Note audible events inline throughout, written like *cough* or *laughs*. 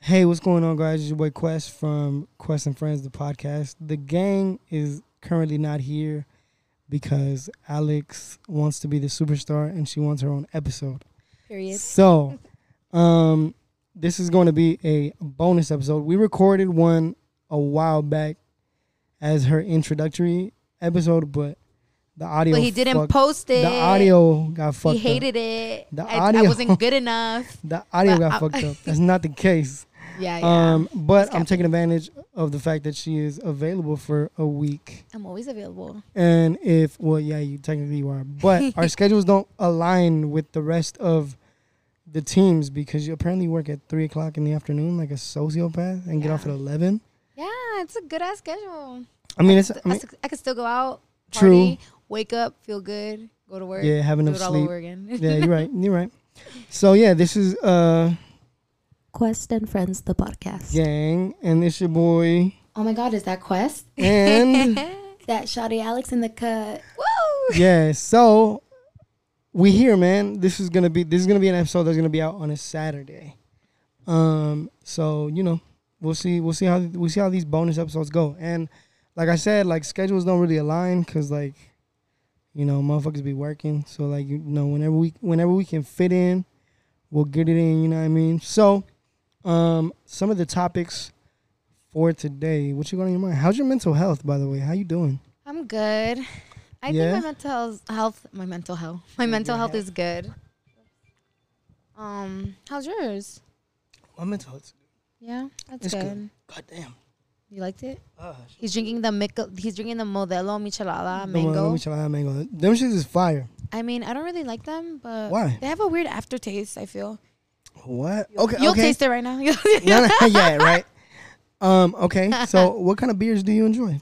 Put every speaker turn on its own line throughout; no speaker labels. Hey, what's going on, guys? It's your boy Quest from Quest and Friends, the podcast. The gang is currently not here because Alex wants to be the superstar and she wants her own episode.
Period.
So, um, this is going to be a bonus episode. We recorded one a while back as her introductory episode, but the audio.
But he didn't
fucked-
post it.
The audio got fucked.
He
up.
hated it.
The
I,
audio- *laughs*
I wasn't good enough.
The audio
But
got
I- *laughs*
fucked up. That's not the case.
Yeah, yeah.
Um, but
It's
I'm taking advantage of the fact that she is available for a week.
I'm always available.
And if well, yeah, you technically you are, but
*laughs*
our schedules don't align with the rest of the teams because you apparently work at three o'clock in the afternoon like a sociopath and get off at
Yeah.
eleven.
Yeah, it's a good ass schedule.
I mean, it's
St-
I
I,
mean,
st- I could still go out,
True.
party, wake up, feel good, go to work,
yeah, having
do
enough
it all
sleep.
over again. *laughs*
yeah, you're right. You're right. So yeah, this is uh
Quest and Friends, the podcast.
gang, and it's your
*laughs*
boy
Oh my God, is that Quest?
and
That Shawty Alex in the cut.
Woo!
yeah. So we here, man. This is gonna be this is gonna be an episode that's gonna be out on a Saturday. Um, so you know, we'll see we'll see how we'll see how these bonus episodes go. And like I said, like schedules don't really align because like you know motherfuckers be working. So like you know whenever we whenever we can fit in, we'll get it in. You know what I mean? So um, some of the topics for today. What you got on your mind? How's your mental health, by the way? How you doing?
I'm good. I
Yeah?
think my mental health- health, my mental health, my mental health
health.
is good. Um, how's yours?
My mental health.
Yeah, that's
It's
good.
good. God damn.
You liked it?
Ah,
He's drinking the Mico- he's drinking the Modelo Michelada
The
mango.
Modelo Michelada mango. Them shits is fire.
I mean, I don't really like them, but
Why?
They have a weird aftertaste. I feel
What? Okay.
you'll
okay.
taste it right now. *laughs*
No, no, *laughs* yeah, right. Um. Okay.
*laughs*
So, what kind of beers do you enjoy?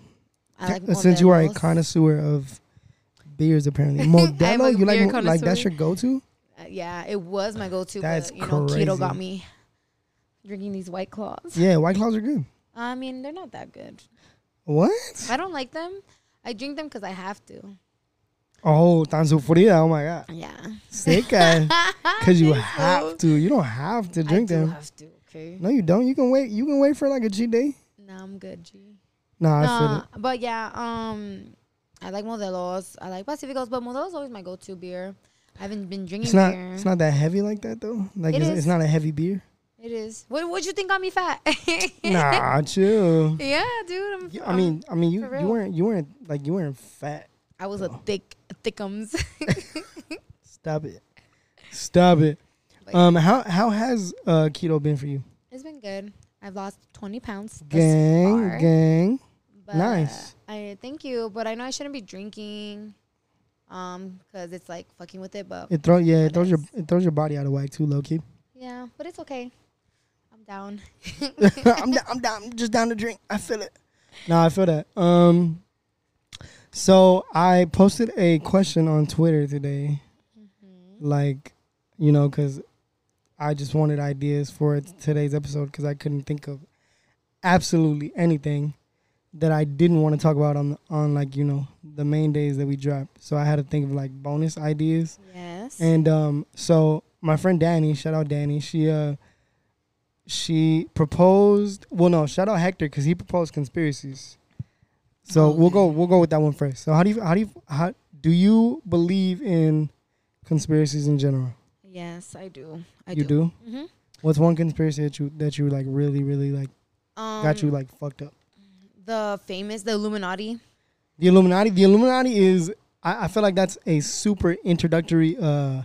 uh,
I like
Since you are a
Modelos.
connoisseur of beers,
*laughs*
apparently
I'm a
Modelo. you like
beer
mo- like that's
connoisseur.
your go-to?
Uh, yeah, it was my go-to,
That's
but you know,
crazy.
keto got me drinking these White Claws.
Yeah. White claws are good.
I mean, they're not that good.
What?
I don't like them. I drink them because I have to.
Oh, tan sufrida. Oh my god.
Yeah, *laughs*
Sick guy. Cause you
I think so.
have to. You don't have to drink
I do
them.
have to. Okay.
No, you don't. You can wait. You can wait for like a cheat day.
No, I'm good, G.
Nah, I feel
Nah,
it.
but yeah, um, I like Modelos. I like Pacificos, but Modelos always my go-to beer. I haven't been drinking
It's not.
beer.
It's not that heavy like that though. Like
It
it's,
is.
it's not a heavy beer.
It is. What What you think got me fat? *laughs*
nah, chill.
Yeah, dude. I'm,
You- I mean, I mean, you,
Um, for
you
real.
weren't you weren't like you weren't fat.
I'm- I was
uh,
a thick, thickums. *laughs*
Stop it, stop it.
Like-
Um, how how has uh keto been for you,
it's been good. I've lost 20 pounds. thus
gang?
far,
gang,
but
nice.
I thank you, but I know I shouldn't be drinking, um, cause it's like fucking with it. But
it throws yeah, it throws your
Nice.
it throws your body out of whack too, low key.
yeah, but it's okay. I'm down.
*laughs* I'm down, I'm down, I'm just down to drink. I feel it. Nah, I feel that. Um, so I posted a question on Twitter today, like, you know, because I just wanted ideas for t- today's episode because I couldn't think of absolutely anything that I didn't want to talk about on on like you know the main days that we drop. So I had to think of like bonus ideas.
Yes.
And um, so my friend Danny, shout out Danny, she uh, she proposed. Well, no, shout out Hector because he proposed conspiracies. So
Oh,
we'll go we'll go with that one first. So how do you how do you how do you believe in conspiracies in general?
yes, I do. I
you do.
hmm
What's one conspiracy that you that you like really really like
Um,
got you like fucked up?
The famous, the Illuminati.
The Illuminati. The Illuminati is. I, I feel like that's a super introductory, uh,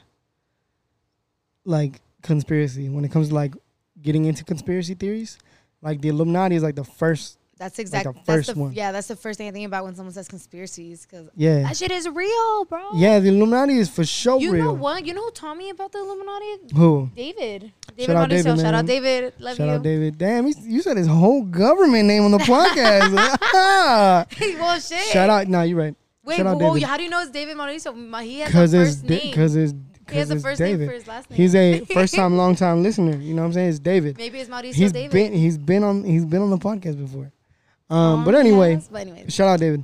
like conspiracy when it comes to like getting into conspiracy theories. Like the Illuminati is like the first.
That's exactly.
first
that's the,
one.
Yeah, that's the first thing I think about when someone says conspiracies, cause
Yeah.
that shit is real, bro.
Yeah. The Illuminati is for sure
You
real.
know what? You know who taught me about the Illuminati?
Who?
David. David
Shout out
Mauricio.
David,
Shout
man.
out David. Love
Shout
you.
out David. Damn, he's, you said his whole government name
*laughs*
on the podcast.
well, shit.
Shout out. Nah, you're right.
Wait,
shout out
whoa,
David.
how do you know it's David Mauricio? Ma- He
Because
has a
it's
first name.
because it's
he has
because
a
it's
first name for
David.
his last name.
He's a first
*laughs*
time, long time listener. You know what I'm saying? It's David.
Maybe it's Mauricio
He's
David.
been he's been on he's been on the podcast before. Um,
Um,
but anyway,
yes, but anyway,
shout out David.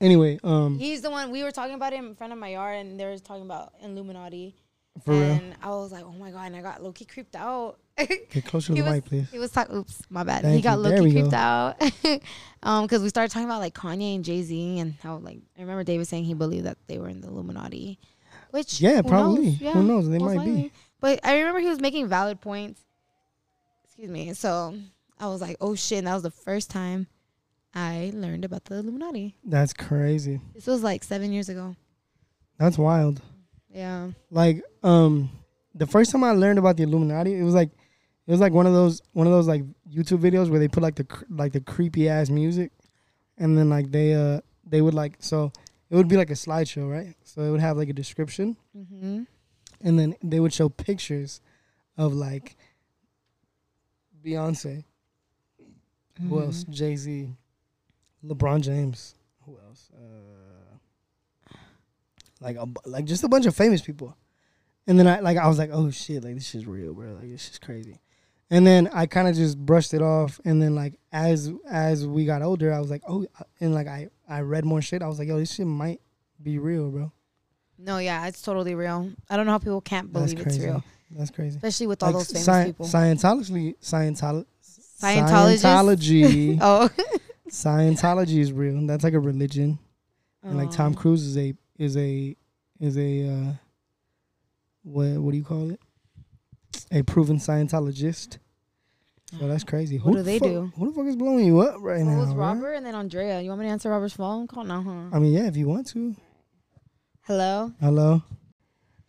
Anyway, um,
he's the one we were talking about it in front of my yard, and they were talking about Illuminati.
for real,
and I was like, oh my god, and I got low key creeped out. *laughs*
Get closer to
He
the
was-
mic, please.
He was talking. Oops, my bad. he
Thank
got
you.
low
There
key
we go.
creeped out, *laughs* um, because we started talking about like Kanye and Jay Z and how like I remember David saying he believed that they were in the Illuminati, which
Yeah,
who
probably.
knows? Yeah,
Who knows? They
most
might be.
likely. But I remember he was making valid points. Excuse me. So I was like, oh shit! And that was the first time I learned about the Illuminati.
That's crazy.
This was like seven years ago.
That's wild.
Yeah.
Like, um, the first time I learned about the Illuminati, it was like, it was like one of those one of those like YouTube videos where they put like the cr- like the creepy ass music, and then like they uh they would like so it would be like a slideshow, right? So it would have like a description,
Mm-hmm.
and then they would show pictures of like Beyonce,
Mm-hmm.
who else? Jay Z, LeBron James, who else? Uh, like a, bu- like just a bunch of famous people, and then I like I was like, oh shit, like this is real, bro. Like this is crazy. And then I kind of just brushed it off, and then like as as we got older, I was like, oh, and like I I read more shit. I was like, yo, this shit might be real, bro.
No, yeah, it's totally real. I don't know how people can't
That's
believe it's
crazy.
real,
That's crazy.
especially with all
Like
those famous
sci-
people.
Scientology, Scientolo-
Scientologists?
Scientology,
*laughs* oh.
Scientology is real. That's like a religion. And like Tom
Um,
Cruise is a is a is a uh, what what do you call it? A proven Scientologist. So that's crazy.
What
Who
do
the
they
fuck-
do?
Who the fuck is blowing you up right
Well,
now?
it was
bruh?
Robert and then Andrea. You want me to answer Robert's phone call? No, huh?
I mean, yeah, if you want to.
Hello?
Hello.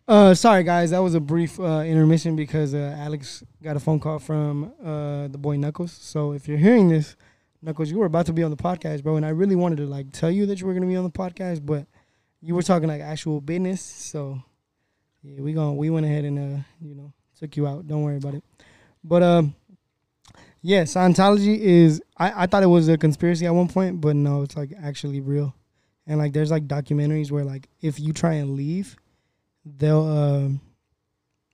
Uh, sorry guys, that was a brief uh, intermission because uh, Alex got a phone call from uh, the boy Knuckles. So if you're hearing this, Knuckles, you were about to be on the podcast, bro, and I really wanted to like tell you that you were gonna be on the podcast, but you were talking like actual business. So yeah, we going we went ahead and uh, you know took you out. Don't worry about it. But um, yeah, Scientology is I I thought it was a conspiracy at one point, but no, it's like actually real and like there's like documentaries where like if you try and leave they'll um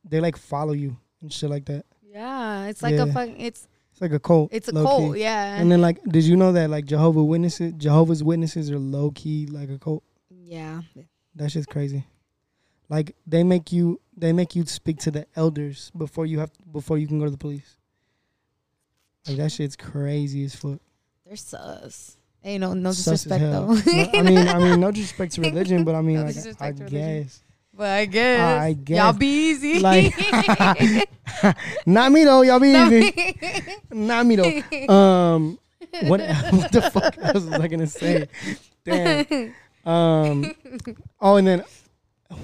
they like follow you and shit like that
Yeah, it's like a
Yeah.
fucking, it's
it's like a cult
it's a
low-key.
cult, yeah.
and then like did you know that like jehovah witnesses jehovah's witnesses are low-key like a cult
yeah.
that's just crazy like they make you they make you speak to the elders before you have before you can go to the police like that shit's crazy as fuck
They're sus. Hey, no, no
Sus as
disrespect
hell.
though.
No, i mean i mean no disrespect to religion but i mean
No
like i
disrespect to religion.
guess
*laughs* but I guess,
I
y'all
guess.
be easy.
Like- *laughs* not me though y'all be
No,
easy Not me though. Um, what, *laughs* what the fuck else was I gonna say? Damn. Um, oh, and then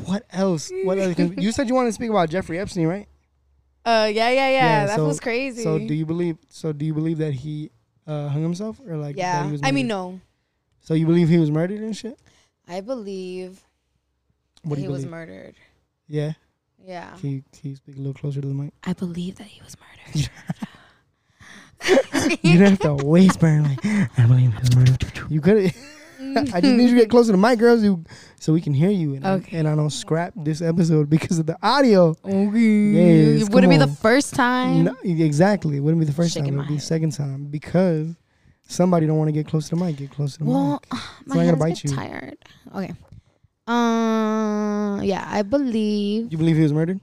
what else? What else? 'Cause You said you wanted to speak about Jeffrey Epstein, right?
*laughs* uh, yeah, yeah, yeah.
Yeah,
that
so-
was crazy.
So do you believe? So do you believe that he uh, hung himself, or like? that
yeah,
he was
I mean,
murdered?
no.
So you believe he was murdered and shit?
I believe
What
that
do
he
you
was Uh-huh.
believe?
murdered.
yeah.
Yeah.
Can you, can you speak a little closer to the mic? *laughs*
I believe that he was murdered.
You didn't have to whisper
*laughs*
like I believe he was murdered. You could. I just need you to get closer to my girls, you, so we can hear you. And,
Okay.
I, and I don't scrap this episode because of the audio.
Okay.
Yes,
Would it
come
be the
on.
first time?
No, exactly. It wouldn't be the first
Shaking
time. It
my
would be the
head.
second time because somebody don't want to get close to the mic. Get close to the
Well, ah,
mic. not
my
gonna
head's
bite
bit
you.
tired. Okay. Um. yeah, I believe.
You believe he was murdered?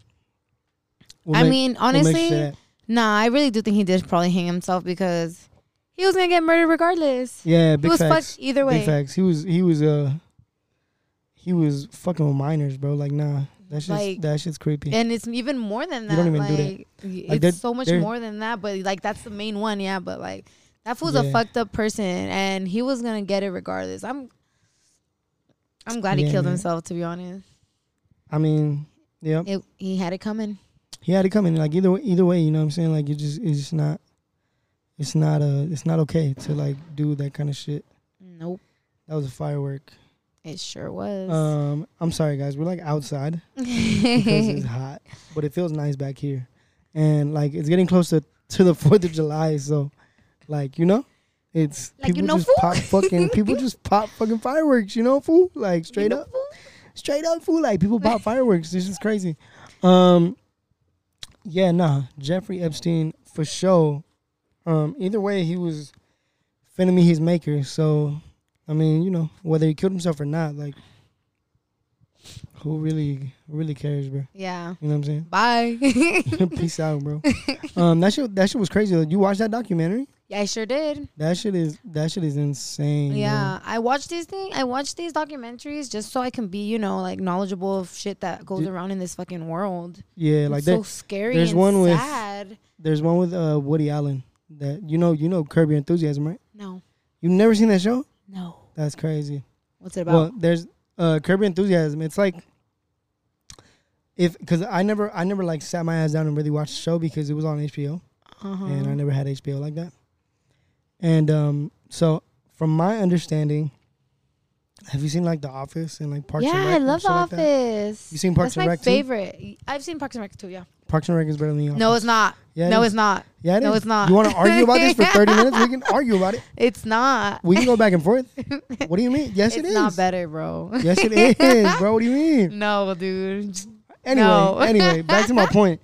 We'll
I
make-
mean,
we'll make
honestly,
sure that-
nah. I really do think he did probably hang himself because he was gonna get murdered regardless.
yeah, big
he was
facts.
fucked either
Big
way.
facts. He was. He was. Uh. He was fucking with minors, bro. Like, nah, that's just
Like-
that shit's creepy.
And it's even more than
You
that.
don't even do
like,
that.
y-
Like,
it's
there-
so much
there-
more than that. But like, that's the main one. Yeah. But like, that fool's a
Yeah.
fucked up person, and he was gonna get it regardless. I'm. I'm glad he
Yeah,
killed
man.
himself. To be honest,
I mean, yeah,
it, he had it coming.
he had it coming. Like either way, either way, you know what I'm saying? Like it just it's just not it's not uh it's not okay to like do that kind of shit.
Nope.
That was a firework.
It sure was.
Um I'm sorry guys, we're like
*laughs*
outside because it's hot. But it feels nice back here. And like it's getting closer to the *laughs* fourth of July, so like, you know? It's
Like, you
people
know,
just
fool?
pop fucking
*laughs*
people just pop fucking fireworks, you know, fool? Like straight
know,
up. straight up fool like people
*laughs*
pop fireworks this is crazy um yeah nah jeffrey epstein for sure um either way he was finna meet his maker so i mean you know whether he killed himself or not like Who really really cares, bro?
Yeah.
You know what I'm saying?
Bye. *laughs*
*laughs* Peace out, bro. um, that shit that shit was crazy. Like, you watched that documentary?
yeah, I sure did.
That shit is that shit is insane. bro.
Yeah, I watch these things. I watch these documentaries just so I can be, you know, like knowledgeable of shit that goes
Did-
around in this fucking world.
yeah.
It's
Like
so
there,
scary.
there's
and
one with-
sad.
there's one with uh, Woody Allen that you know you know Curb Your Enthusiasm, right?
No,
You've never seen that show?
no.
That's crazy.
What's it
Well,
about?
there's uh, Curb Your Enthusiasm. It's like if because I never I never like sat my ass down and really watched the show because it was on HBO.
uh-huh.
and I never had HBO like that. And um, so, from my understanding, have you seen like The Office and like Parks?
yeah,
and Rec
I
and
love
shit
The
like that?
Office.
You seen Parks
That's
and
my
Rec too?
favorite. I've seen Parks and Rec too. Yeah.
Parks and Rec is better than The Office.
No, it's not.
Yeah, it
no,
is.
it's not.
Yeah, it
no,
is.
it's not.
You want to argue about this for
*laughs*
thirty minutes? We can argue about it.
It's not.
We can go back and forth. What do you mean? Yes,
it's
it is.
not better, bro. *laughs*
Yes, it is, bro. What do you mean?
no, dude. Just-
Anyway,
No.
*laughs* anyway, back
*laughs*
to my point.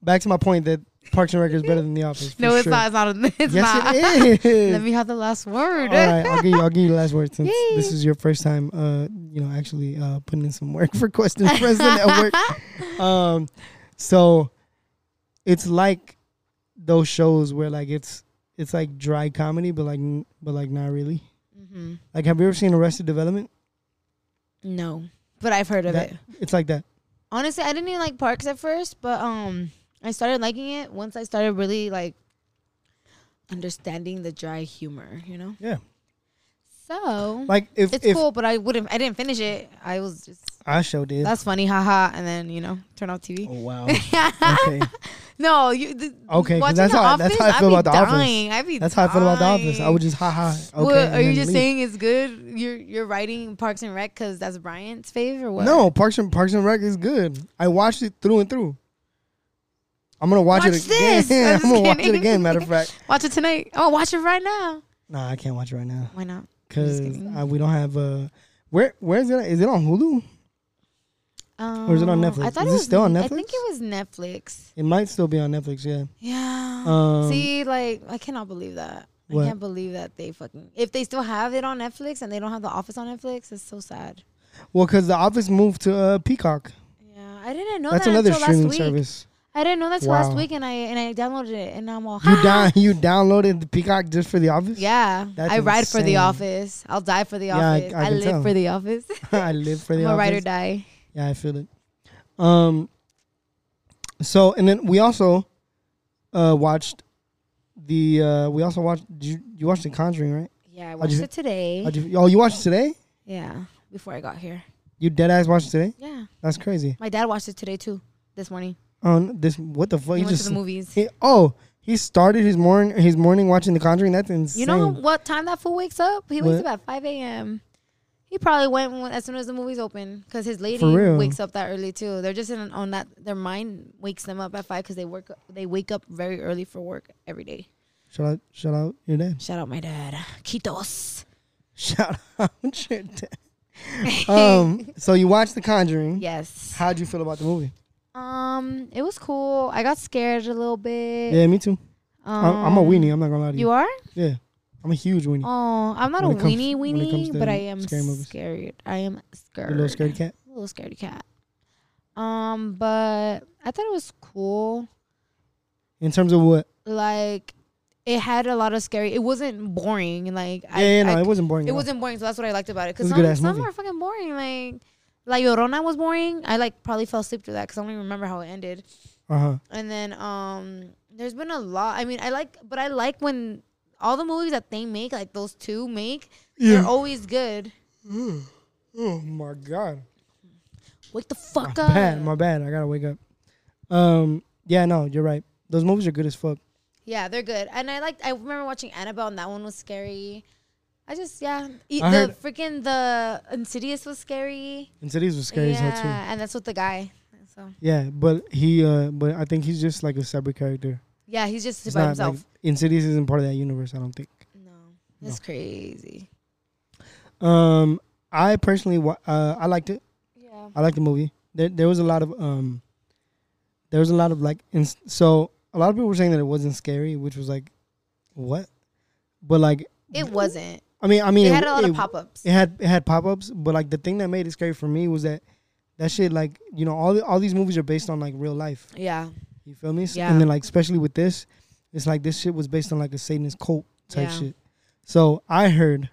Back to my point that Parks and Rec is better than The Office. for
No, it's
sure.
not. It's not. *laughs* It's not.
yes,
*laughs*
it is.
Let me have the last word.
All right, I'll give you. I'll give you the last word since
Yay.
this is your first time. Uh, you know, actually uh, putting in some work *laughs* for questions
*laughs*
president at work. Um, so it's like those shows where like it's it's like dry comedy, but like n- but like not really.
mm-hmm.
Like, have you ever seen Arrested Development?
No, but I've heard of
That-
it.
It's like that.
Honestly, I didn't even like parks at first, but um, I started liking it once I started really like understanding the dry humor. You know.
Yeah.
So
Like if
it's
if
cool, but I wouldn't. I didn't finish it. I was just
I show did.
that's funny, haha, and then you know turn off TV.
oh, wow.
*laughs*
okay.
No, you. The,
Okay, 'cause
watching
that's
the
how- that's how I
Office,
feel
I'd be
about The Office.
dying. I'd be
That's how I feel about The Office. I
dying.
would just ha ha. Okay.
What,
and
are you
then
just
leave.
saying it's good? You're you're writing Parks and Rec because that's Brian's favorite. Or what?
No, Parks and Parks and Rec is good. I watched it through and through. *laughs* I'm gonna watch,
Watch
it again.
this. I'm just
gonna watch it
kidding.
again. Matter of
*laughs*
fact,
watch it tonight. Oh, watch it right now.
nah, I can't watch it right now
Why not?
because
kidding.
we don't have Uh, where where is it? at? Is it on Hulu?
Um,
is it on Netflix?
I thought
Is it
it was
still on
I think
Netflix?
it was Netflix.
It might still be on Netflix. Yeah.
Yeah.
Um,
See, like I cannot believe that.
what?
I can't believe that they fucking if they still have it on Netflix and they don't have The Office on Netflix, it's so sad.
Um, Well, because The Office moved to uh, Peacock.
Yeah, I didn't know
That's
that
another
until last
streaming
week. *laughs*
service.
I didn't know that till last
Wow.
week, and I and I downloaded it, and I'm all
You
"Ha!"
down? You downloaded the Peacock just for The Office?
Yeah,
That's
I ride for The
insane.
Office. I'll die for The
Yeah, I-
Office.
I
I,
can
live
tell.
for The Office.
*laughs*
*laughs*
I live for The
I'm a
Office.
ride or die.
Yeah, I feel it. Um. So and then we also, uh, watched the uh we also watched did you, you watched The Conjuring right?
Yeah, I
How'd
watched
you-
it today.
How'd you- oh, you watched it today?
yeah, before I got here.
You dead ass watched it today?
Yeah,
That's crazy.
my dad watched it today too. This morning,
Um, this what the fuck?
he
You
went to
just
the movies.
he, oh he started his morning his morning watching The Conjuring. That's insane.
You know what time that fool wakes up? He wakes
What?
up at 5 a.m. He probably went when, as soon as the movie's open because his lady
For real.
wakes up that early too. They're just in on that. Their mind wakes them up at five because they work. They wake up very early for work every day.
shout out shout out your dad. *laughs*
Shout out my dad, Kitos.
Shout out your dad.
*laughs*
um. So you watched The Conjuring.
Yes.
How'd you feel about the movie?
Um, it was cool. I got scared a little bit.
Yeah, me too.
Um,
I'm, I'm a weenie. I'm not gonna lie to you.
You are?
Yeah, I'm a huge weenie.
Oh, I'm not
When
a
it comes-
weenie
when it comes
weenie,
to
but I am
scary movies.
scared. I am scared.
Your little scaredy cat.
little scaredy cat. Um, but I thought it was cool.
In terms of what?
Like it had a lot of scary. It wasn't boring. Like
Yeah, yeah, no,
I,
it wasn't boring.
it
at all.
wasn't boring. So that's what I liked about it.
It
Because
was a good-ass
some, some
movie.
are fucking boring. Like La Llorona was boring. I like probably fell asleep to that because I don't even remember how it ended.
Uh-huh.
And then um, there's been a lot. I mean, I like, but I like when all the movies that they make, like those two make,
Yeah.
they're always good.
Oh my god.
Wake the
My
fuck
*laughs*
up.
bad. My bad. I gotta wake up. Um. Yeah. No. You're right. Those movies are good as fuck.
Yeah, they're good. And I liked. I remember watching Annabelle, and that one was scary. I just yeah, E-
I
the freaking the Insidious was scary.
Insidious was scary
yeah,
as hell too.
and that's with the guy. So
Yeah. But he. Uh. But I think he's just like a separate character.
yeah, he's just
He's
by
not
himself.
like Insidious isn't part of that universe. I don't think.
no, that's crazy.
Um. I personally. Wa- uh. I liked it.
Yeah.
I liked the movie. There. There was a lot of. Um. There was a lot of like. Ins- so a lot of people were saying that it wasn't scary, which was like, what? But like.
It wasn't.
I mean, I mean,
They
it-
had a lot
it-
of pop ups.
It had it had pop ups, but like the thing that made it scary for me was that that shit like you know all all these movies are based on like real life.
Yeah.
You feel me? S-
Yeah.
And then like especially with this, it's like this shit was based on like a Satanist cult type
Yeah.
shit. So I heard,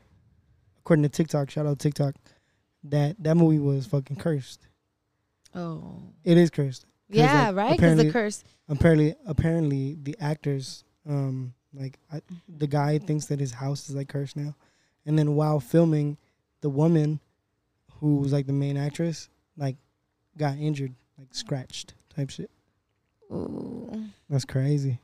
according to TikTok, shout out TikTok, that that movie was fucking cursed.
Oh.
It is cursed.
Yeah,
like,
right? Because the
apparently-
curse.
Apparently, apparently the actors, um, like I, the guy thinks that his house is like cursed now, and then while filming, the woman, who was like the main actress, like got injured, like scratched type shit.
Ooh.
That's crazy.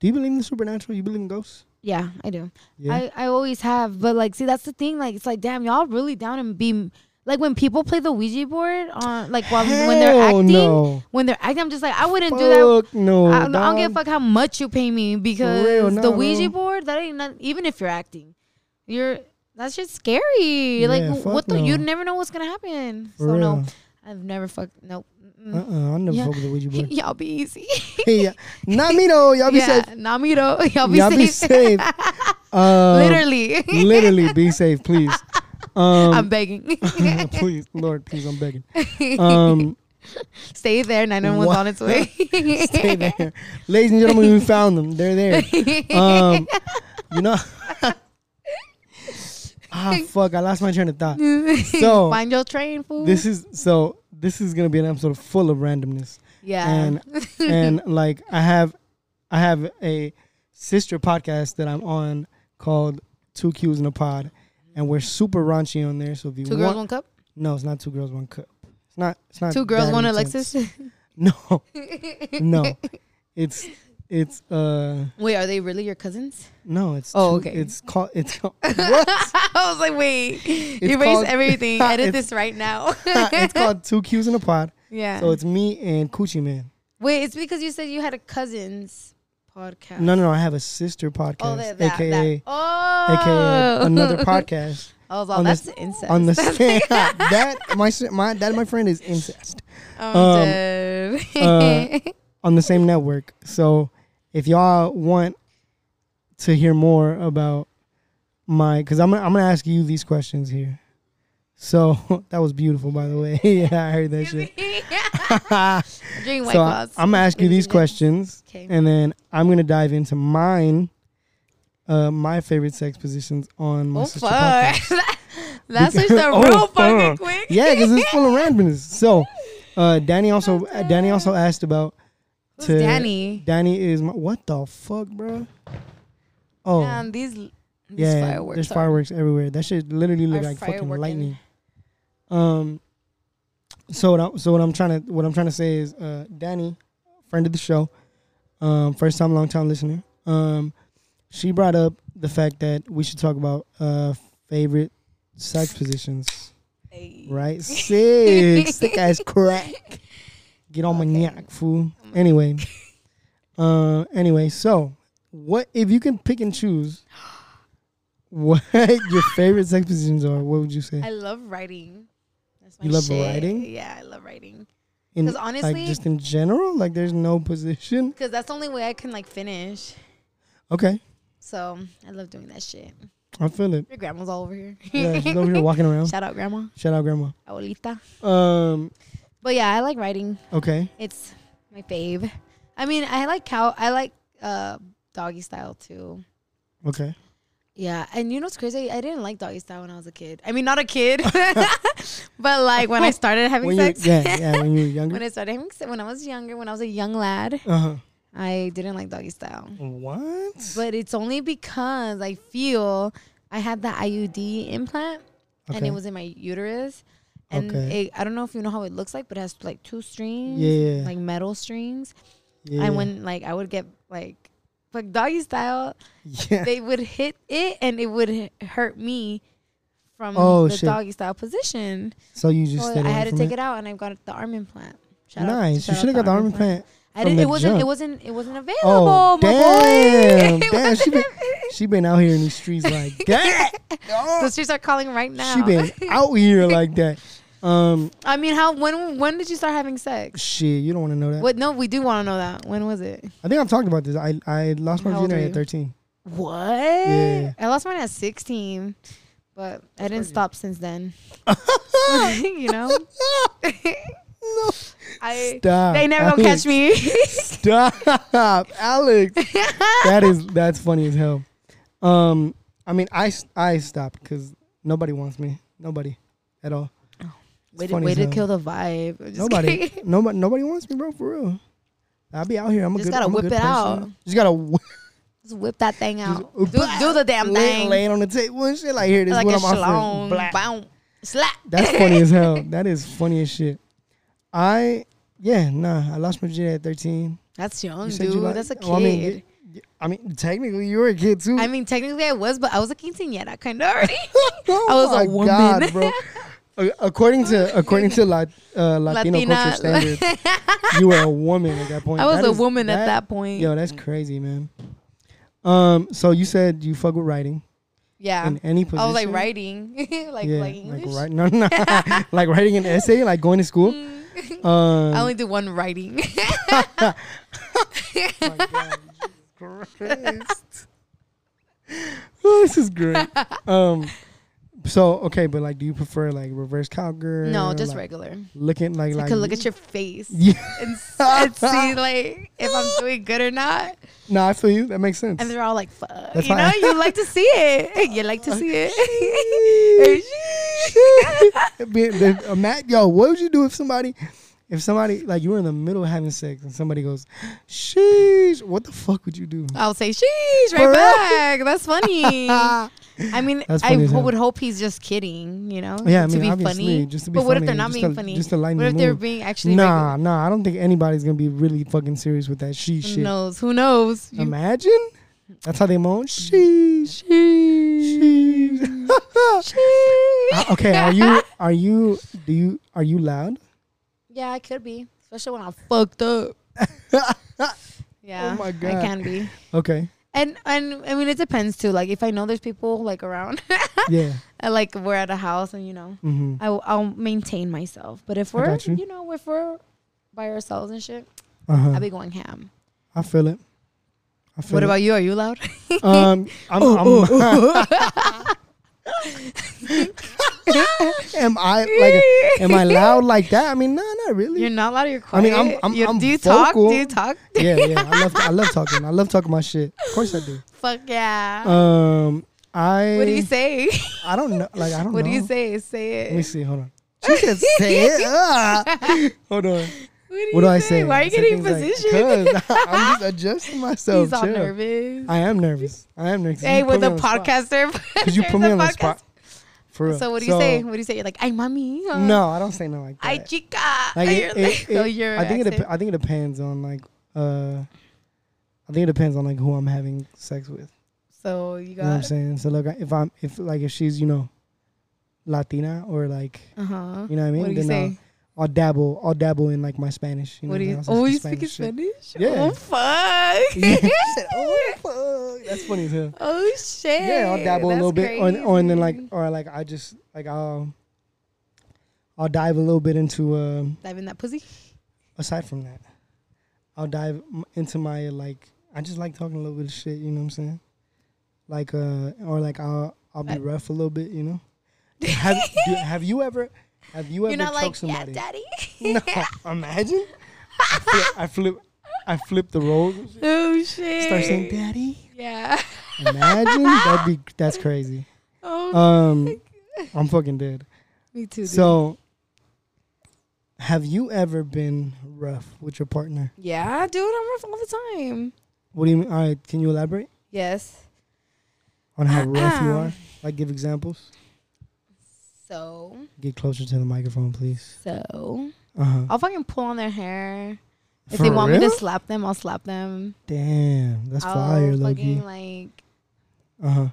Do you believe in the supernatural? You believe in ghosts?
Yeah, I do.
Yeah.
I, I always have, but like, see, that's the thing. Like, it's like, damn, y'all really down and be like when people play the Ouija board on like while when they're
Hell
acting,
no.
when they're acting, I'm just like, I wouldn't
Fuck
do that.
no.
I don't, I don't give a
dog.
fuck how much you pay me because
real, nah,
the Ouija
bro.
board that ain't not, even if you're acting, you're that's just scary.
Yeah,
like, what
fuck
the? You
no.
never know what's gonna happen.
For
so no,
real.
I've never fucked. Nope. Mm-mm.
Uh-uh, I never
Yeah.
fuck with the Ouija
*laughs*
board.
y'all be easy.
yeah. Not me though. Y'all be
*laughs* yeah,
safe.
Namiro, y'all be
Y'all be
*laughs* safe.
safe. *laughs* Um,
Literally,
literally be safe, please.
*laughs* I'm *laughs*
Um, *laughs*
begging.
please, Lord, please, I'm begging. Um,
*laughs* Stay
*laughs*
there. 911's on its way.
stay there, ladies and gentlemen. We found them. They're there. Um, you know. *laughs* ah, fuck! I lost my train of thought.
*laughs*
So
Find your train, fool.
Oh. this is so. This is gonna be an episode full of randomness.
yeah.
and and like I have I have a sister podcast that I'm on called Two Qs in a Pod, and we're super raunchy on there. So if you
two girls,
want,
one cup.
no, it's not two girls one cup. It's not. It's not
Two girls,
that
one
intense.
Alexis.
*laughs*
*laughs*
No, no, it's it's uh
Wait, are they really your cousins?
no, it's
Oh,
two-
okay.
It's called *laughs* it's called what?
*laughs* I was like, wait, erase
called- *laughs*
everything. Edit
It's-
this right
*laughs*
now.
it's called Two Qs in a Pod.
yeah.
So it's me and Coochie Man.
wait, it's because you said you had a cousins podcast.
No, no, no. I have a sister podcast,
Oh, that, that,
aka
that. Oh.
aka another
*laughs*
podcast.
I was all,
on
that's
this-
incest.
on the stand. *laughs* that my si- my that my friend
*laughs*
is incest
Oh, I'm
um,
*laughs* dead.
uh, on the same network. So if y'all want to hear more about my, because I'm gonna, I'm gonna ask you these questions here. So *laughs* that was beautiful, by the way. *laughs* yeah, I heard that
*laughs*
shit. *laughs* so
Drink white
I,
claws.
am gonna ask you these
Ladies and gents.
questions,
'Kay.
and then I'm gonna dive into mine. Uh, my favorite sex positions on my
Oh
sister podcast.
fuck! *laughs* that switched
Because- *laughs*
up
oh,
real fucking
fuck.
quick.
Yeah, because it's full of randomness. So, uh, Danny also uh, Danny also asked about
Who's
to-
Danny?
Danny is my, what the fuck, bro? Oh
Man, these these
yeah,
fireworks.
there's
are-
fireworks everywhere. That shit literally look
are
like fucking
fireworking.
lightning. Um, so what I, so what I'm trying to what I'm trying to say is, uh, Danny, friend of the show, um, first time long time listener. Um, she brought up the fact that we should talk about uh favorite sex positions.
Hey. *laughs*
Right? Six. Thick ass crack. Get on my
Okay.
knack, fool. Anyway. Uh anyway, so what if you can pick and
*gasps*
choose what your favorite sex positions are, what would you say? *laughs*
I love writing. That's my
You love
shit.
writing?
Yeah, I love writing.
In-
'cause honestly-
like just in general? Like there's no position.
Cause that's the only way I can like finish.
Okay.
So I love doing that shit.
I feel it.
Your grandma's all over here.
Yeah, she's over here walking around.
*laughs* Shout out grandma,
Shout out grandma.
abuelita.
Um
But yeah, I like writing.
okay.
It's my fave. I mean, I like cow. I like uh doggy style too.
Okay.
Yeah, and you know what's crazy? I didn't like doggy style when I was a kid. I mean, not a kid, *laughs* but like when I started having
When you
sex. *laughs*
yeah, yeah, when you're younger.
when I started having sex, when I was younger, when I was a young lad,
Uh-huh.
I didn't like doggy style.
What?
But it's only because I feel I had the IUD implant and
Okay.
it was in my uterus. And
Okay.
it, I don't know if you know how it looks like, but it has like two strings,
Yeah.
like metal strings.
yeah.
And when like I would get like, like doggy style,
*laughs* yeah.
they would hit it and it would h- hurt me from
Oh,
the
shit.
doggy style position.
so you just
So
stayed
Oh, I
away
had to
from
take it. out and I got the arm implant. Shout out-
nice.
shout
you
out
should have got the arm implant.
I
from
didn't.
the
It wasn't.
jump.
It wasn't. It wasn't available.
Oh,
my
damn.
boy. *laughs* It
Damn, she
wasn't
been-
available.
She been out here in these streets like
*laughs*
that.
the streets are calling right now.
She been out here like
*laughs*
that. Um,
I mean, how? When? When did you start having sex?
shit, you don't want to know that.
What? No, we do want to know that. When was it?
I think I've talked about this. I I lost my
How old
virginity at
were you?
thirteen.
What?
Yeah.
I lost mine at 16, but I didn't stop since
*laughs*
then. *laughs* *laughs* you know? *laughs*
no.
I
Stop.
they never gonna
Alex. *laughs*
catch me.
Stop, *laughs*
*laughs*
Alex. that is that's funny as hell. Um, I mean, I s- I stopped because nobody wants me. Nobody, at all. It's
way to,
funny
way
as
to
hell.
kill the vibe. I'm just
Nobody,
kidding. *laughs*
nobody, nobody wants me, bro. For real. I'll be out here. I'm a
Just
good.
gotta
I'm a
whip
good
it
person.
out.
Just gotta *laughs* whip,
Just whip that thing
just,
out. Do, do the damn
lay,
thing.
Laying on the table and shit like here. This
like
is
a
what I'm offering.
shalom.
Black.
Bow. Slap.
That's funny as hell. That is funny as shit. I yeah nah. I lost my virginity at 13.
That's young,
You said you
dude.
like-
That's a kid.
well, I mean, y- y- I mean, technically you were a kid too. *laughs*
technically I was, but I was a quinceañera kind of already.
Oh
I was
my
a woman.
God,
*laughs*
bro. A- According to according to Lat, uh, Latino
Latina.
culture standards, you were a woman at that point.
*laughs* *laughs* I was a
is-
woman at that point.
Yo, that's crazy, man. Um, so you said you fuck with writing
yeah.
in any position.
I was like writing, *laughs* like like English.
write, no, no,
*laughs*
*laughs* like writing an essay, like going to school.
Mm.
Um,
I only do one writing. *laughs*
Christ. *laughs* Oh, this is great. Um, so okay, but like, do you prefer like reverse cowgirl?
no, just
like,
regular.
Looking like
I
like
could look at
*laughs*
your face
Yeah.
and, s- and
*laughs*
see like if I'm doing good or not.
No, I feel you. That makes sense.
And they're all like, "Fuck,"
That's
you know.
why-
You like to see it. *laughs* You like to
*laughs*
see it. *laughs*
Be- the- uh, Matt, yo, what would you do if somebody, if somebody like you were in the middle of having sex and somebody goes, "Sheesh," what the fuck would you do?
I'll say, "Sheesh,"
For
right
real?
back. That's *laughs* funny. I mean,
That's
I
funny as hell.
would hope he's just kidding. You know,
Yeah, I
to
mean,
be
obviously,
funny.
just to be
but what if
funny,
they're not
just
being
to-
funny?
just to lighten
what
the
if they're
mood.
being actually
Nah, nah, I don't think anybody's gonna be really fucking serious with that she
regular?
shit.
Who knows? Who knows? You- Mm-hmm.
Imagine that's how they moan. Sheesh, sheesh. *laughs* Uh, okay, are you are you do you are you loud?
*laughs* yeah, I could be, especially when I'm fucked up. yeah,
Oh my
I
God.
can be.
Okay,
And and I mean, it depends too. Like if I know there's people like around, *laughs*
yeah.
and, like we're at a house, and you know,
Mm-hmm.
I will- I'll maintain myself. But if
I
we're
got you.
you. know if we're by ourselves and shit,
Uh huh.
I'll be going ham.
I feel it. I feel
What
it.
about you? Are you loud? *laughs*
Um, I'm, I'm,
Oh,
*laughs* am I like? Am I loud like that? I mean, no, not really.
You're not loud. You're
I
quiet.
mean, I'm- I'm-
You-
I'm
do you
vocal.
talk? Do you talk?
yeah, yeah. I love, I love talking. I love talking my shit. Of course I do.
Fuck yeah.
Um, I.
what do you say? *laughs*
I don't know. Like I don't
What
know.
do you say? Say
Let me
it.
see. Hold on. She said, "Say
*laughs*
it." Ah. Hold on. What do I say?
Why are you
I say
getting
things
*laughs* positioned?
Like, Cause I'm just adjusting myself.
*laughs* He's all
chill.
nervous.
I am nervous. I am nervous.
hey,
You put
with
me
a
on the spot.
podcaster. *laughs*
Cause you put
there's
me
a
on the
podcast.
spot. For real.
So what do you say? What do you say? You're like, ay, mommy. *laughs* huh?
No, I don't say nothing like that.
Ay, chica.
like,
You're
it,
like- *laughs*
it-
no,
it-
your
I think it.
accent.
Dep- I think it depends on like. uh I think it depends on like who I'm having sex with.
So you
You know what I'm
got.
saying? So like if I'm if like if she's you know, Latina or like
Uh huh.
you know what I mean,
What do you
then I'll-
say?
I'll, dabble I'll dabble in like my Spanish. You
What
know,
do you?
I'll say
Oh,
some
you speak
shit.
Spanish?
Yeah.
Oh
*laughs* Yeah.
fuck. *laughs*
She said, "Oh, fuck." That's funny as hell.
Oh shit.
Yeah, I'll dabble a little
That's
bit, or, or and then like,
crazy.
or like I just like I'll, I'll dive a little bit into. Um,
dive in that pussy.
aside from that, I'll dive m- into my like. I just like talking a little bit of shit. You know what I'm saying? Like, uh, or like I'll I'll be
Like-
rough a little bit. You
*laughs*
know? Have do, have you ever have you ever
You're not
choked
like
somebody?
yeah, daddy. *laughs*
*laughs* no, imagine. I flip, I flip, I flip the roles. and shit.
Oh shit.
Start saying "daddy."
Yeah. *laughs*
Imagine that'd be that's crazy.
Oh,
Um, I'm fucking dead.
me too. Dude.
So, have you ever been rough with your partner?
yeah, dude, I'm rough all the time.
What do you mean? All right, can you elaborate
Yes.
on
*clears throat*
how rough you
Uh-uh.
are? Like, give examples.
So,
Get closer to the microphone, please.
so
Uh huh.
I'll fucking pull on their hair. If
For
they want me
real?
to slap them, I'll slap them.
Damn, that's
I'll
fire, Loki.
Oh, fucking like. *laughs*
Uh huh.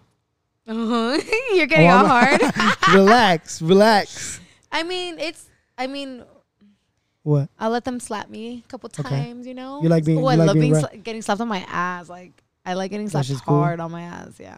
Uh-huh. You're getting
Oh,
all
I'm- *laughs*
hard.
relax, relax.
I mean, it's. I mean,
What?
I'll let them slap me a couple
Okay.
times. You know.
You like being-
Oh, I
you like
love
being
being
ra-
sla- getting slapped on my ass. Like I like getting
That's
slapped
just cool.
hard on my ass. Yeah,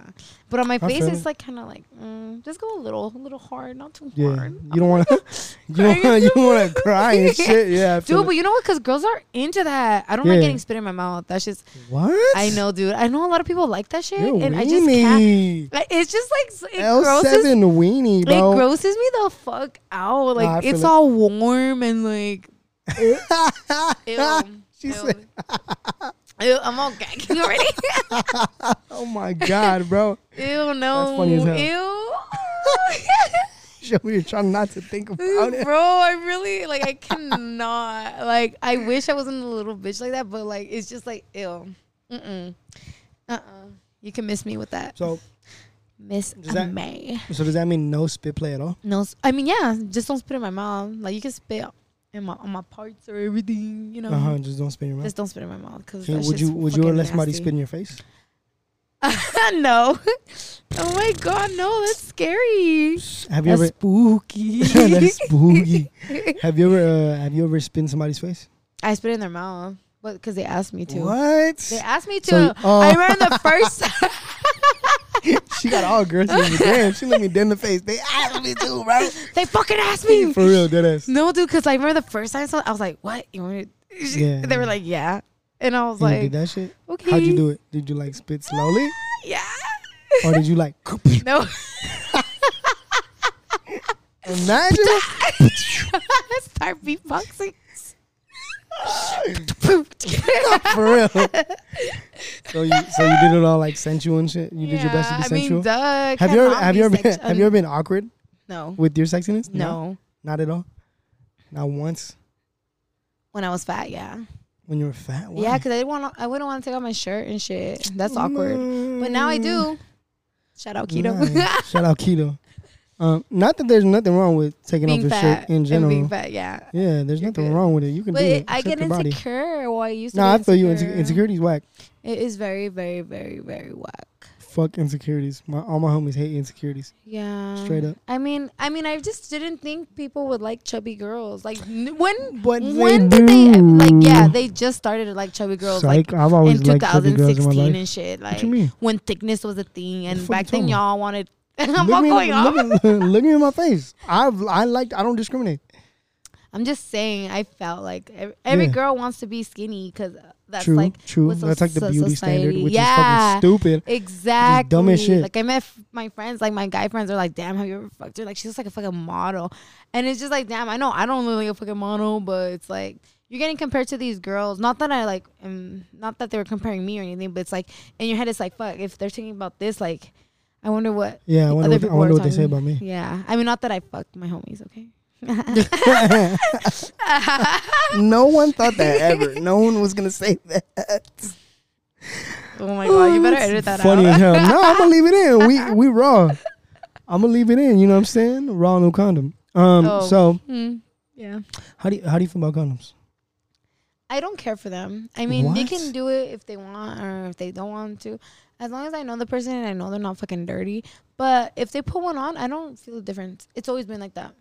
but on my face,
feel
it's
it.
like kind of like mm, just go a little, a little hard, not too
Yeah,
hard.
you don't want to, *laughs* you don't want, you
*laughs*
want to cry and shit. Yeah, I feel
Dude,
it.
but you know what? Because girls are into that. I don't like
Yeah.
getting spit in my mouth. That's just,
what?
I know, dude. I know a lot of people like that shit,
You're
and I just can't.
weenie.
Like, it's just like s- it
L
grosses.
seven weenie,
It
bro.
grosses me the fuck out. Like
I feel
it's
it.
all warm
*laughs*
and like. Ew.
She
ew.
said-
Ew, I'm all gagging *laughs* already.
oh my god, bro.
Ew, no.
funny as *laughs*
Ew.
Shit, we were trying not to think
*laughs*
about it.
Bro, I really like I cannot. like I wish I wasn't a little bitch like that, but like it's just like ew. Mm-mm. Uh-uh. You can miss me with that.
So,
miss
does that-
May.
so does that mean no spit play at all?
No, s- I mean yeah, just don't spit in my mouth. Like you can spit in my on my parts or everything, you know.
Uh huh. Just don't spit in your mouth.
Just don't spit in my mouth because
Okay, would you would you let somebody spit in your face?
*laughs* no. oh my god, no, that's scary.
Have you
That's *laughs*
ever? *laughs*
spooky.
that's spooky. have you ever? Uh, have you ever spit in somebody's face?
I spit in their mouth, but because they asked me to.
What?
They asked me to.
So- oh.
I ran the
*laughs*
first. *laughs*
she got all girls. Damn, she looked me dead in the face. They asked me to,
*laughs*
bro.
they fucking asked me.
For real, dead ass.
No, dude, because I remember the first time I saw. it, I was like, "What?" You want me to-"
Yeah.
*laughs* They were like, "Yeah," and I was
And you
like,
did that shit?
"Okay."
How'd you do it? Did you like spit slowly,
*laughs* Yeah. *laughs*
or did you like? *laughs*
no. *laughs*
Imagine.
Start beatboxing. *laughs*
For real. So you so you did it all like sensual and shit. You did your best to
Yeah,
be
I
sensual.
mean, duh,
have you ever
cannot
have
be
you ever been,
sexu-
have you ever been awkward
No.
with your sexiness?
No.
not at all. Not once
When I was fat, yeah.
when you were fat. Why?
Yeah, because I didn't want. I wouldn't want to take off my shirt and shit. That's awkward. But now I do. Shout out keto.
Mm.
*laughs*
Nice. Shout out keto. Um, not that there's nothing wrong with taking off
being
your
fat
shirt in general.
And being fat, yeah.
Yeah, there's
You're
nothing
good.
wrong with it. You can
But
do it.
I
Accept
get
your body.
insecure. Well, I used to.
Nah, I
be
feel you. Inse-
insecure.
insecurities whack.
It is very, very, very, very whack.
Fuck insecurities. My all my homies hate insecurities.
Yeah.
Straight up.
I mean, I mean, I just didn't think people would like chubby girls. Like n- when,
But they
when did they?
do.
Like, yeah, they just started to like chubby girls.
Psych.
Like
I've always
in
liked chubby girls in my
2016
life.
and shit. Like
What you mean?
when thickness was a thing, and
fuck you
back then
talking about?
y'all wanted. *laughs* I'm
Look
all
me in-
going off.
look, me- *laughs* look me in my face. I've I like I don't discriminate.
I'm just saying. I felt like every, every
Yeah.
girl wants to be skinny because that's
true,
like
true.
what's so-
That's like the
so-
beauty standard,
society-
which
yeah.
is fucking stupid.
Exactly.
dumb as shit.
Like I met f- my friends, like my guy friends, are like, "Damn, have you ever fucked her?" Like she looks like a fucking model, and it's just like, "Damn, I know I don't look like a fucking model, but it's like you're getting compared to these girls. Not that I like, am, not that they were comparing me or anything, but it's like in your head, it's like, fuck, if they're thinking about this, like, I wonder what
Yeah, I wonder,
other
what, I
people
wonder
are
what they say
talking-
about me.
Yeah, I mean, not that I fucked my homies, okay.
*laughs* no one thought that ever. No one was gonna say that.
Oh my god, you better
It's
edit that
Funny *laughs*
out.
as hell. No, I'm gonna leave it in. We we raw. I'm gonna leave it in. You know what I'm saying? Raw no condom. Um.
Oh.
So
Mm, yeah.
how do you, how do you feel about condoms?
I don't care for them. I mean, they
What?
can do it if they want or if they don't want to. As long as I know the person and I know they're not fucking dirty. But if they put one on, I don't feel the difference. It's always been like that.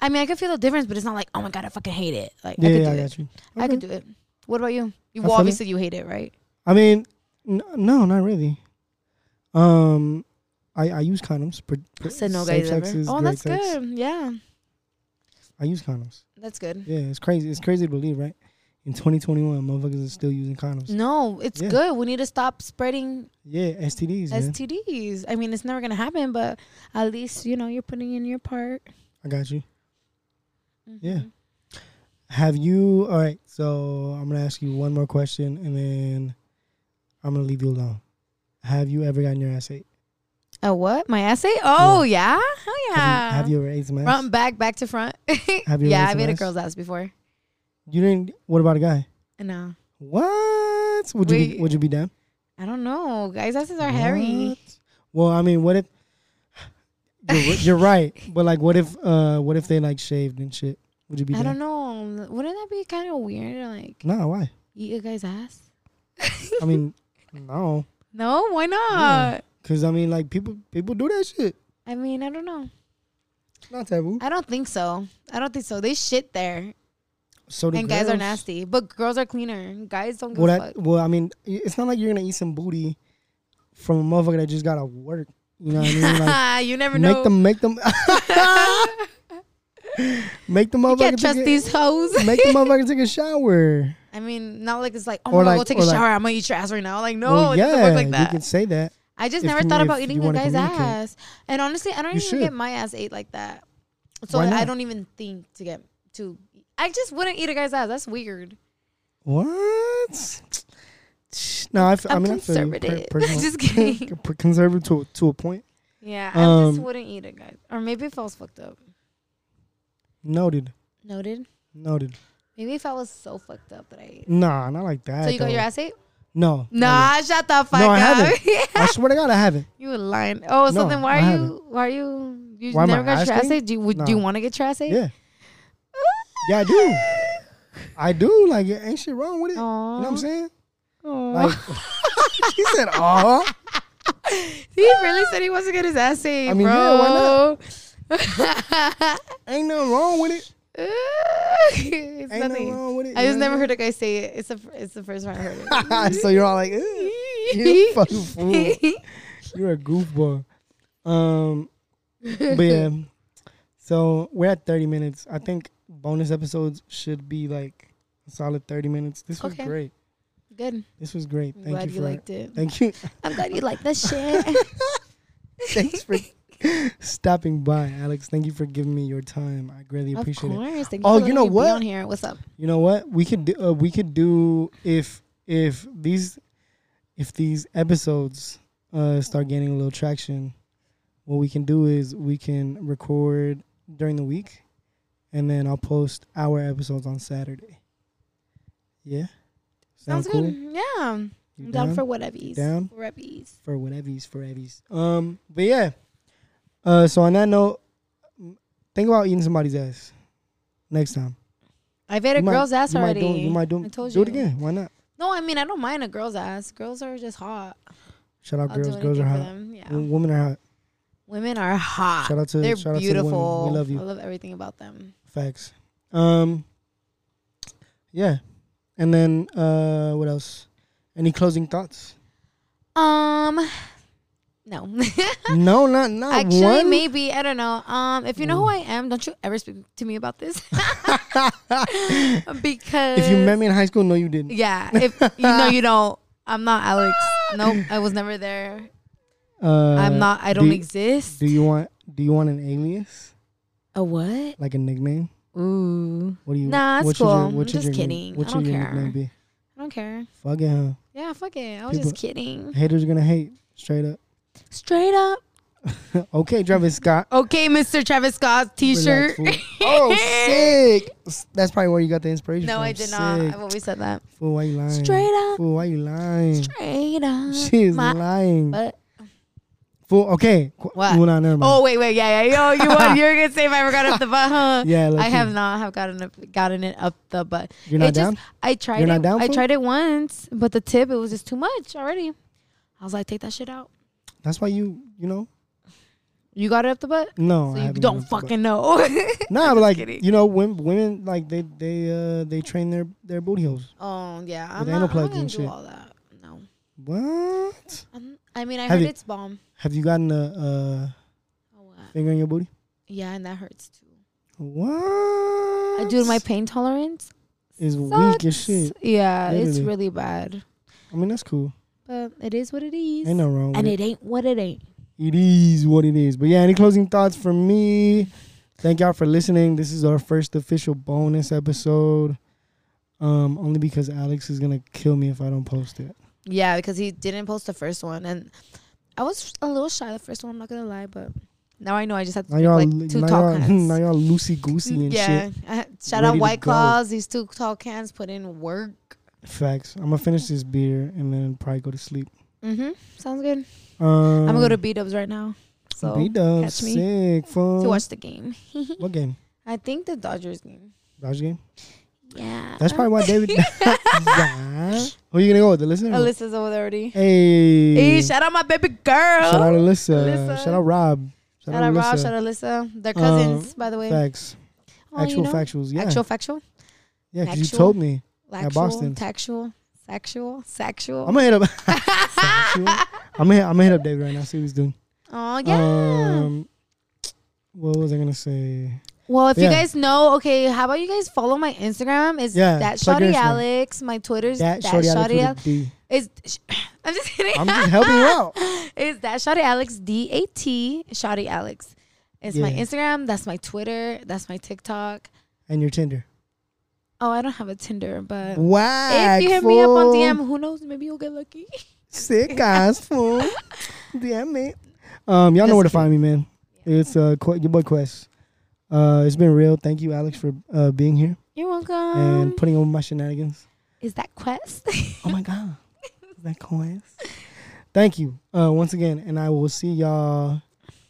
I mean, I can feel the difference, but it's not like, oh my god, I fucking hate it. Like, I
Yeah,
could
yeah,
do
I
it.
got you.
I
Okay.
could do it. What about you?
I feel
You well,
it.
obviously you hate it, right?
I mean, n- no, not really. Um, I I use condoms. Pr- pr-
I said no guys
safe
ever.
sex is
Oh,
great
that's
sex.
good. Yeah,
I use condoms.
that's good.
Yeah, it's crazy. It's crazy to believe, right? In 2021, motherfuckers are still using
Mm.
condoms.
No, it's
Yeah.
good. We need to stop spreading
Yeah, STDs. man.
STDs. I mean, it's never gonna happen, but at least you know you're putting in your part. Mm-hmm.
I got you. Yeah. Have you? All right. So I'm gonna ask you one more question, and then I'm gonna leave you alone. Have you ever gotten your ass ate?
A what? My essay? Oh yeah, hell
Have you-
yeah.
Have you, ever ate some ass?
front back, back to front? *laughs*
Have you
yeah,
raised
I've
an
ate a
ass?
girl's ass before.
you didn't. What about a guy?
No,
What? Would you? Be,
Wait.
would you be down?
I don't know. Guys' asses are hairy.
What? Well, I mean, what if? You're, you're right, but like, what if? Uh, what if they like shaved and shit? Would you be?
I
down?
don't know. Wouldn't that be kind of weird to like
No, why?
eat a guy's ass?
I mean, *laughs* no,
No, why not?
because I mean, like people people do that shit.
I mean, I don't know.
Not taboo.
I don't think so. I don't think so. They shit there,
So do
and guys are
girls.
nasty, but girls are cleaner. Guys don't give
Well,
a
that,
fuck.
well, I mean, i- it's not like you're gonna eat some booty from a motherfucker that just gotta work. You know what I mean?
*laughs*
Like,
you never
make
know.
them, *laughs* Ah! make them, make the *laughs*
you
motherfucker.
can't trust
take a-
these hoes.
make
*laughs*
the motherfucker take a shower.
I mean, not like it's like, oh,
Or
my God,
like-
go take
or
a
like-
shower. I'm gonna eat your ass right now. Like, no,
Well,
it doesn't work like
you
that.
can say that.
I just
if
never
you-
thought
if
about
you
eating a
wanna
guy's
communicate.
ass. And honestly, I don't
You
even
should.
get my ass ate like that. So
Why
I
not?
don't even think to get to. I just wouldn't eat a guy's ass. That's weird.
What? No, I, f- I
I'm
mean, I feel you.
conservative. *laughs*
Per- personal- *laughs*
Just kidding.
Per- conservative to a, to a point.
Yeah, I
Um,
just wouldn't eat a guy. Or maybe if I was fucked up.
Noted.
Noted.
Noted.
Maybe if I was so fucked up that I ate.
Nah, not like that.
So you got
though.
your ass ate?
No. not
Nah, shut the fuck
I
up. *laughs*
yet. I swear to God, I haven't.
you were lying. Oh, so
No,
then why
I
are you?
haven't.
Why are you? You
Why am
never
I
got your ass
asking?
ate? Do you, would, do
Nah.
you want to get your ass ate? *laughs*
Yeah. Yeah, I do. I do. Like, it ain't shit wrong with it. You know what I'm saying? Like, *laughs* she said, "Oh,
*laughs* He really said he wants to get his ass saved,
I mean,
bro.
yeah, why ain't nothing wrong with it.
*laughs* it's
Ain't nothing
nothing.
wrong with it."
I
you
just
know
never
what
heard a guy say it. It's the fir- it's the first time
*laughs*
I *laughs* heard
I'm saying? *laughs* so you're all like,
*laughs*
"Ugh, "You
it.
fucking
*laughs*
fool. You're a goofball." Um, but
*laughs*
yeah. So we're at 30 minutes. I think bonus episodes should be like a solid 30 minutes. This was
Okay.
great.
Good.
This was great.
I'm
Thank
glad
you
you,
for
liked it.
*laughs* Thank *laughs* you.
I'm glad you like the shit.
Thanks
*laughs*
for stopping by, Alex. Thank you for giving me your time. I greatly
of
appreciate it.
course. Thank
Oh,
you,
you
for
know
letting me be
what?
on here. What's up?
You know what? We could do, uh, we could do if if these if these episodes uh, start gaining a little traction, what we can do is we can record during the week, and then I'll post our episodes on Saturday. Yeah, Sound
Sounds
cool?
good. Yeah. I'm
You
down, for whatever's.
down?
Whatever's.
for whatever's for evies. Um, but yeah. Uh, so on that note, m- think about eating somebody's ass next time.
I've ate a
You might-
girl's ass
you might
already.
do- you might do,
I told
do it
you.
again. Why not?
No, I mean I don't mind a girl's ass. Girls are just hot.
Shout out
I'll do
girls.
anything
Girls are
for
hot.
them. Yeah.
W- Women are hot.
Women are hot.
Shout out to
They're
shout out to the women.
beautiful.
We love
I
you.
love everything about them.
Facts. Um. Yeah, and then uh, what else? Any closing
*laughs*
thoughts?
Um, no.
no, not not
*laughs* Actually,
one. Mm.
maybe I don't know. Um, if you know who I am, don't you ever speak to me
*laughs*
about this
*laughs*
because
if you met me in high school, no, you didn't.
yeah, if you know you don't. I'm not
*laughs*
Alex. nope, I was never there.
Uh,
I'm not. I don't
do,
exist.
do you want? Do you want an alias,
a what?
like a nickname?
Ooh,
What do you?
Nah, it's
what should Your,
cool.
what
I'm
should
just
your, nick-
kidding.
What
I
should
don't
your
care.
nickname be?
I don't care.
Fuck it, huh?
Yeah, fuck it. I was just kidding.
Haters gonna hate. Straight up. *laughs*
Straight up.
okay, Travis Scott.
Okay, Mr. Travis Scott's
Relax,
T-shirt.
fool.
*laughs*
oh, sick. S- That's probably where you got the inspiration.
No,
from.
I did not.
Sick.
I've always said that.
Fool, why you lying?
Straight up.
Fool, why you lying?
Straight
*laughs*
up.
She is
My
lying.
butt.
Fool, okay. Qu-
What?
Well, not never mind.
Oh wait, wait, yeah, yeah. Yo, you were, you were gonna say if I ever got up the butt, huh?
Yeah, low
I
key.
have not have gotten up, gotten it up the butt.
You're not
it
down?
Just, I tried
You're
it.
not down
I
for it?
tried it once, but the tip it was just too much already. I was like, take that shit out.
That's why you, you know.
You got it up the butt,
No,
so
I
you
haven't
don't
done that, but-
fucking know. *laughs*
Nah, but like
kidding.
you know, women, women like they they uh they train their their booty holes.
oh yeah, I'm
anal
not, I'm not
plugs
gonna do
and shit.
all that. No,
What?
I'm, I mean I
Have
heard
you-
it's bomb.
Have you gotten a
Oh, wow.
uh, finger in your booty?
Yeah, and that hurts too.
What?
I do my pain tolerance.
is weak as
sucks.
shit.
Yeah, it's
Literally.
really bad,
I mean that's cool.
but it is what it is,
Ain't no wrong.
and
with it.
it ain't what it ain't.
It is what it is. But yeah, any closing thoughts from me? Thank y'all for listening. This is our first official bonus episode. Um, only because Alex is gonna kill me if I don't post it.
Yeah, because he didn't post the first one, and I was a little shy the first one. I'm not gonna lie, but now I know I just have to
Now
pick
y'all,
like two
now,
tall
y'all *laughs* now
cans.
y'all loosey goosey and
yeah,
shit.
I- shout
Ready
out
to
White
go.
Claws. These two tall cans put in work.
Facts. I'm gonna finish this beer and then probably go to sleep.
Mm-hmm. Sounds good.
Um,
I'm gonna go to beat ups right now. So
beat up.
catch me
Sick fun.
to watch the game. *laughs*
What game?
I think the Dodgers game.
Dodge game.
Yeah,
That's probably
*laughs*
why David. *laughs* yeah. Who you gonna go with? The listener. or-
Alyssa's over there already.
Hey.
Hey, shout out my baby girl.
Shout out Alyssa.
Alyssa.
Shout out Rob.
Shout out Rob.
Alyssa.
Shout out Alyssa. They're
Uh,
cousins, by the way.
Facts.
Oh, you
actual
know?
factuals. Yeah.
Actual factual.
yeah, because you
actual.
told me.
Lactual,
Boston.
Tactual. Sexual. Sexual.
I'm going to hit up. *laughs* Factual. I'm I'm gonna I'm gonna hit up David right now. See what he's doing.
Oh yeah.
Um, what was I gonna say?
well, if you
yeah.
guys know, okay, how about you guys follow my Instagram? Is
Yeah,
that
plug your
Shotty
Instagram.
Alex? My Twitter's that,
That,
that
shorty out
Shotty
with
Alex.
a D.
Is sh- *laughs* I'm just kidding.
I'm just helping you
*laughs*
out.
Is that Shotty Alex D A T Shotty Alex? It's my
Yeah.
Instagram. That's my Twitter. That's my TikTok.
And your Tinder.
Oh, I don't have a Tinder, but
Wow.
if you hit me up on DM, who knows? Maybe you'll get lucky. *laughs*
Sick ass fool. DM me. Um, y'all know where to
That's
find me, man. It's uh Qu- your boy Quest. Uh, it's been real. Thank you, Alex, for uh being here
You're welcome.
and putting on my shenanigans.
is
*laughs*
that Quest?
Oh my god, Is that Quest. Thank you uh once again, and I will see y'all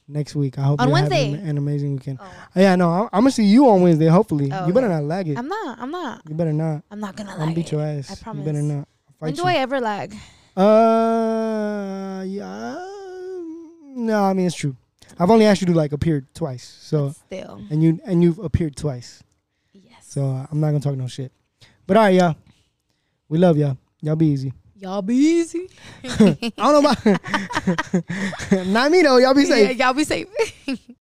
next week. I hope
On
you're
Wednesday.
having an amazing weekend.
Oh.
Yeah, no, I'm, I'm gonna see you on Wednesday. Hopefully,
Oh,
you better
okay.
not lag it.
I'm not. I'm not.
you better not.
I'm not gonna
I'm
lie.
gonna beat your ass.
I
You better
promise.
not. I'll
when
fight
do
you.
I ever lag?
Uh, yeah. No, I mean it's true. I've only asked you to like appear twice, so
Still.
and you and you've appeared twice,
Yes.
so uh, I'm not gonna talk no shit. But all right, y'all, we love y'all. Y'all be easy.
Y'all be easy.
I don't know about *laughs* not me though. Y'all be safe.
Yeah, y'all be safe.